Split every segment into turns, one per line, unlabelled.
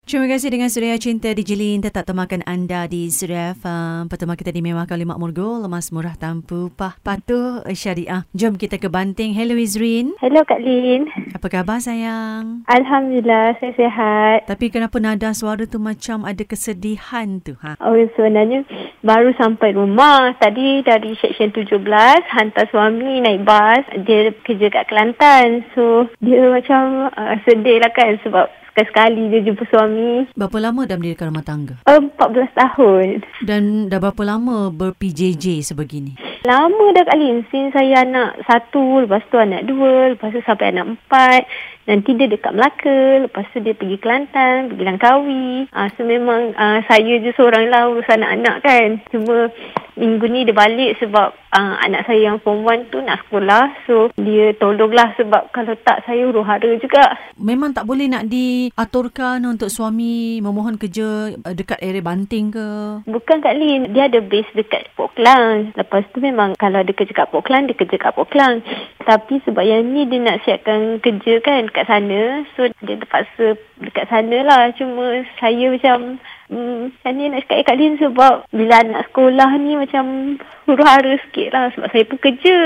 Terima kasih dengan Suria Cinta di Jilin tetap temakan anda di Suria FM. Pertama kita dimewahkan Limak Murgo, lemas murah tanpa pah patuh syariah. Jom kita ke Banting. Hello Izrin.
Hello Kak Lin.
Apa khabar sayang?
Alhamdulillah saya sihat.
Tapi kenapa nada suara tu macam ada kesedihan tu? Ha?
Oh sebenarnya baru sampai rumah. Tadi dari section 17 hantar suami naik bas. Dia kerja kat Kelantan. So dia macam uh, sedih lah kan sebab sekali-sekali dia jumpa suami.
Berapa lama dah mendirikan rumah tangga?
Uh, 14 tahun.
Dan dah berapa lama ber-PJJ sebegini?
Lama dah Kak Lin. Since saya anak satu, lepas tu anak dua, lepas tu sampai anak empat. Nanti dia dekat Melaka, lepas tu dia pergi Kelantan, pergi Langkawi. Ah, uh, so memang uh, saya je seorang lah urus anak-anak kan. Cuma minggu ni dia balik sebab uh, anak saya yang form 1 tu nak sekolah. So dia tolonglah sebab kalau tak saya huru hara juga.
Memang tak boleh nak diaturkan untuk suami memohon kerja uh, dekat area Banting ke?
Bukan Kak Lin. Dia ada base dekat Port Klang. Lepas tu memang kalau dia kerja kat Port Klang, dia kerja kat Port Klang. Tapi sebab yang ni dia nak siapkan kerja kan dekat sana. So dia terpaksa dekat sana lah. Cuma saya macam Hmm, macam ni nak cakap Kak Lin sebab bila anak sekolah ni macam huru-hara sikit lah sebab saya pun kerja.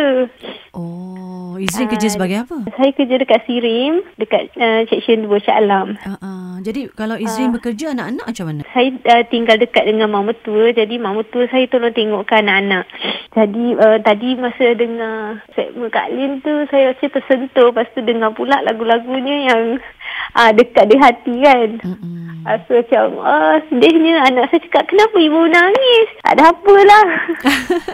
Oh, Izrin uh, kerja sebagai apa?
Saya kerja dekat Sirim, dekat uh, section 2 Shah Alam.
Uh, uh. Jadi kalau Izrin uh, bekerja, anak-anak macam mana?
Saya uh, tinggal dekat dengan mak mertua, jadi mak mertua saya tolong tengokkan anak-anak. Jadi uh, tadi masa dengar segmen Kak Lin tu, saya macam tersentuh. Lepas tu dengar pula lagu-lagunya yang uh, dekat di hati kan. Mm-mm. Uh, so macam, ah, uh, sedihnya anak saya cakap, kenapa ibu nangis? Tak ada lah." apalah.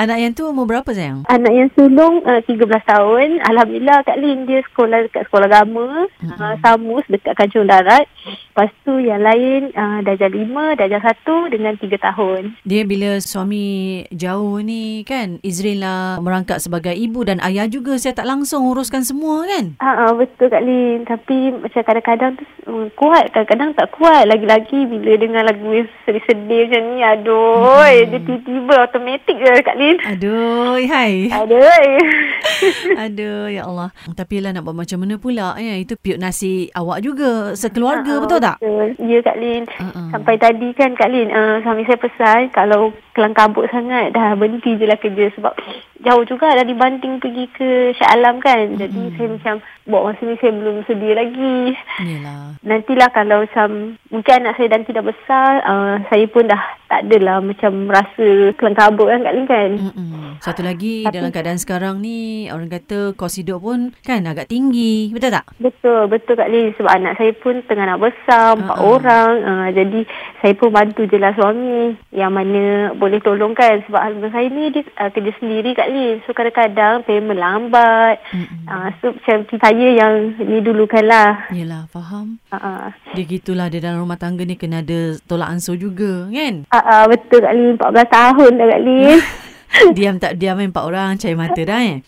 anak yang tu umur berapa sayang?
Anak yang sulung uh, 13 tahun. Alhamdulillah Kak Lin dia sekolah dekat sekolah agama. Mm-hmm. Uh, Samus dekat Kanjung Darat. Lepas tu yang lain uh, darjah 5, darjah 1 dengan 3 tahun.
Dia bila suami jauh ni kan, Izrin lah merangkak sebagai ibu dan ayah juga. Saya tak langsung uruskan semua kan?
Ha, uh, uh, betul Kak Lin. Tapi macam kadang-kadang tu uh, kuat. Kadang-kadang tak kuat. Lagi-lagi bila dengar lagu yang sedih-sedih macam ni, aduh.
Mm-hmm.
Hmm. Dia tiba-tiba automatik je Kak Lin.
Aduh, hai.
Aduh.
aduh, ya Allah. Tapi lah nak buat macam mana pula. Ya, itu piut nasi awak juga. Sekeluarga, uh-uh, betul tak?
Betul. Ya, Kak Lin.
Hmm.
Uh-uh. Ah, Sampai tadi kan Kak Lin, uh, suami saya pesan kalau kelang kabut sangat, dah berhenti je lah kerja sebab jauh juga dari Banting pergi ke Shah Alam kan. Jadi mm-hmm. saya macam buat masa ni saya belum sedia lagi. Yalah. Nantilah kalau macam mungkin anak saya nanti dah besar, uh, saya pun dah tak adalah macam rasa kelang kabut kan Kak Lin kan.
Mm-hmm. Satu lagi Tapi, dalam keadaan sekarang ni orang kata kos hidup pun kan agak tinggi. Betul tak?
Betul, betul Kak Lin sebab anak saya pun tengah nak besar, empat uh-uh. orang. Uh, jadi saya pun bantu je lah suami yang mana boleh tolong kan sebab husband saya ni dia uh, kerja sendiri Kak Lin. So kadang-kadang payment lambat. Mm-hmm. Uh, so macam saya yang ni dulu kan lah. Ah,
Yelah faham. Uh-uh. Dia gitulah dia dalam rumah tangga ni kena ada tolak ansur juga kan?
Uh-uh, betul Kak Lin. 14 tahun dah Kak Lin.
diam tak diam kan, empat orang cair mata dah eh.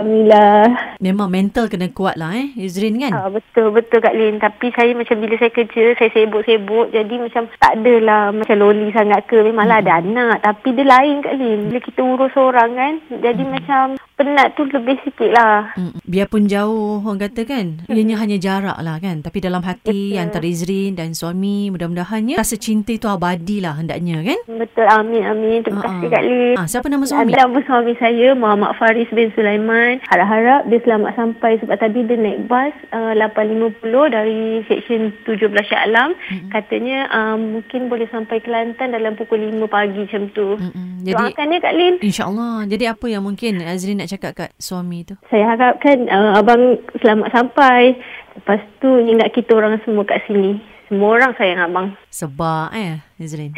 Alhamdulillah.
Memang mental kena kuat lah eh Izrin kan.
Uh, betul betul Kak Lin tapi saya macam bila saya kerja saya sibuk-sibuk jadi macam tak adalah macam loli sangat ke memanglah hmm. ada anak tapi dia lain Kak Lin bila kita urus orang kan jadi hmm. macam penat tu lebih sikit lah. Hmm.
Biarpun jauh orang kata kan. Ianya hanya jarak lah kan. Tapi dalam hati Betul. antara Izrin dan suami mudah-mudahannya rasa cinta itu abadi lah hendaknya kan.
Betul. Amin. Amin. Terima uh-uh. kasih Kak Lin.
Ah, siapa nama suami?
Nama suami saya Muhammad Faris bin Sulaiman. Harap-harap dia selamat sampai sebab tadi dia naik bas uh, 8.50 dari section 17 Shah Alam. Hmm. Katanya um, mungkin boleh sampai Kelantan dalam pukul 5 pagi macam tu. Hmm. Jadi, Doakan ya Kak Lin.
InsyaAllah. Jadi apa yang mungkin Azrin nak cakap kat suami tu?
Saya harapkan uh, abang selamat sampai. Lepas tu ingat kita orang semua kat sini. Semua orang sayang abang.
Sebab eh Izrin.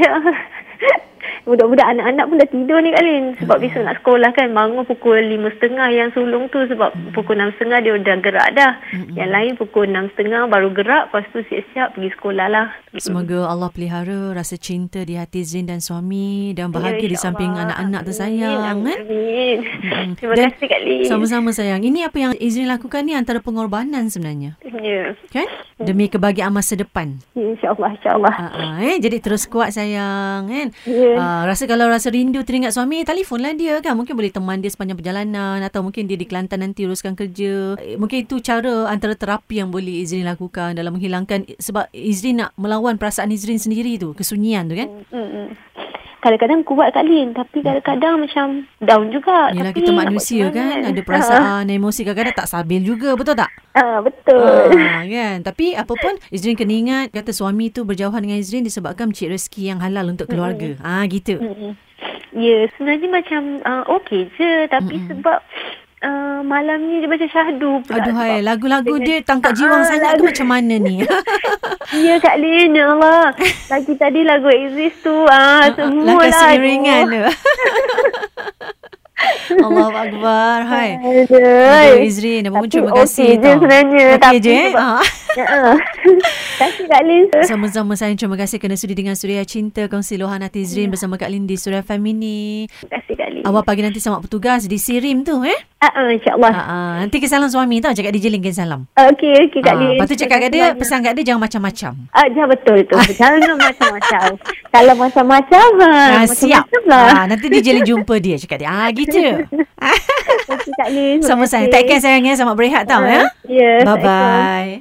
Budak-budak anak-anak pun dah tidur ni Kak Lin. Sebab hmm. besok nak sekolah kan. Bangun pukul 5.30 yang sulung tu. Sebab hmm. pukul 6.30 dia dah gerak dah. Hmm. Yang lain pukul 6.30 baru gerak. Lepas tu siap-siap pergi sekolah lah.
Semoga Allah pelihara rasa cinta di hati Zin dan suami. Dan bahagia ya, di samping Allah. anak-anak tersayang. Kan?
Amin. Kan? Amin. Hmm. Terima dan, kasih Kak Lin.
Sama-sama sayang. Ini apa yang Izrin lakukan ni antara pengorbanan sebenarnya.
Ya.
Kan? Demi kebahagiaan masa depan. Ah,
Ya, InsyaAllah. InsyaAllah.
Uh, uh, eh? Jadi terus kuat sayang kan? Ya. Uh, Ah, rasa kalau rasa rindu teringat suami, telefonlah dia kan. Mungkin boleh teman dia sepanjang perjalanan atau mungkin dia di Kelantan nanti teruskan kerja. Eh, Mungkin itu cara antara terapi yang boleh Izrin lakukan dalam menghilangkan sebab Izrin nak melawan perasaan Izrin sendiri tu, kesunyian tu kan.
Mm-mm. Mm, Kadang-kadang kuat Kak Lin Tapi kadang-kadang macam Down juga
Mm. Yelah
tapi,
kita
nak buat
manusia
macam
kan,
mana?
ada perasaan, emosi kadang-kadang tak stabil juga, betul tak?
Ah, ah, Betul
Ah, kan. Tapi apa pun Izrin kena ingat kata suami tu berjauhan dengan Izrin disebabkan mencari rezeki yang halal untuk keluarga. Ah gitu.
Mm-mm. Mm, Ya, sebenarnya macam uh, okey je tapi mm sebab uh, malam ni dia macam syahdu pula.
Aduhai,
sebab-
lagu-lagu
dengan-
dia tangkap
Ah,
jiwang sangat tu
lagu-
macam mana ni? Ah,
Ya Kak Lin, ya Allah. Lagi tadi lagu Exist tu ah semua
Langkah
lah.
seiringan tu. Allah Akbar. Hai.
Aduh,
Aduh, Izrin, apa pun
Tapi
terima
okey
kasih
je sebenarnya.
Okey
Tapi
je eh?
sebab- Ya,
Ah.
Terima kasih Kak Lin.
Sama-sama sayang terima kasih kerana sudi dengan Suria Cinta kongsi luahan hati Izrin
Ya.
bersama Kak Lin di Suria Family.
Terima kasih Kak Lin.
Awak pagi nanti selamat bertugas di Sirim tu eh.
Ah, ah, insyaAllah.
Ha ah. Nanti ke salam suami tau cakap DJ Lin ke salam.
Okey, okey Kak
Ah,
Lin.
lepas tu cakap kat dia,
Terima kasih banyak.
pesan kat dia jangan macam-macam.
Ah, ya betul tu. Jangan macam-macam. Kalau macam-macam, ha,
Ah,
macam-macam
siap.
lah.
Ah, nanti DJ Lin jumpa dia cakap dia. Ah, gitu.
Terima kasih Kak Lin. Terima
Sama saya. Ah,
kasih. Ah,
Take care sayang ya. Selamat berehat tau ya.
Ya.
Bye-bye.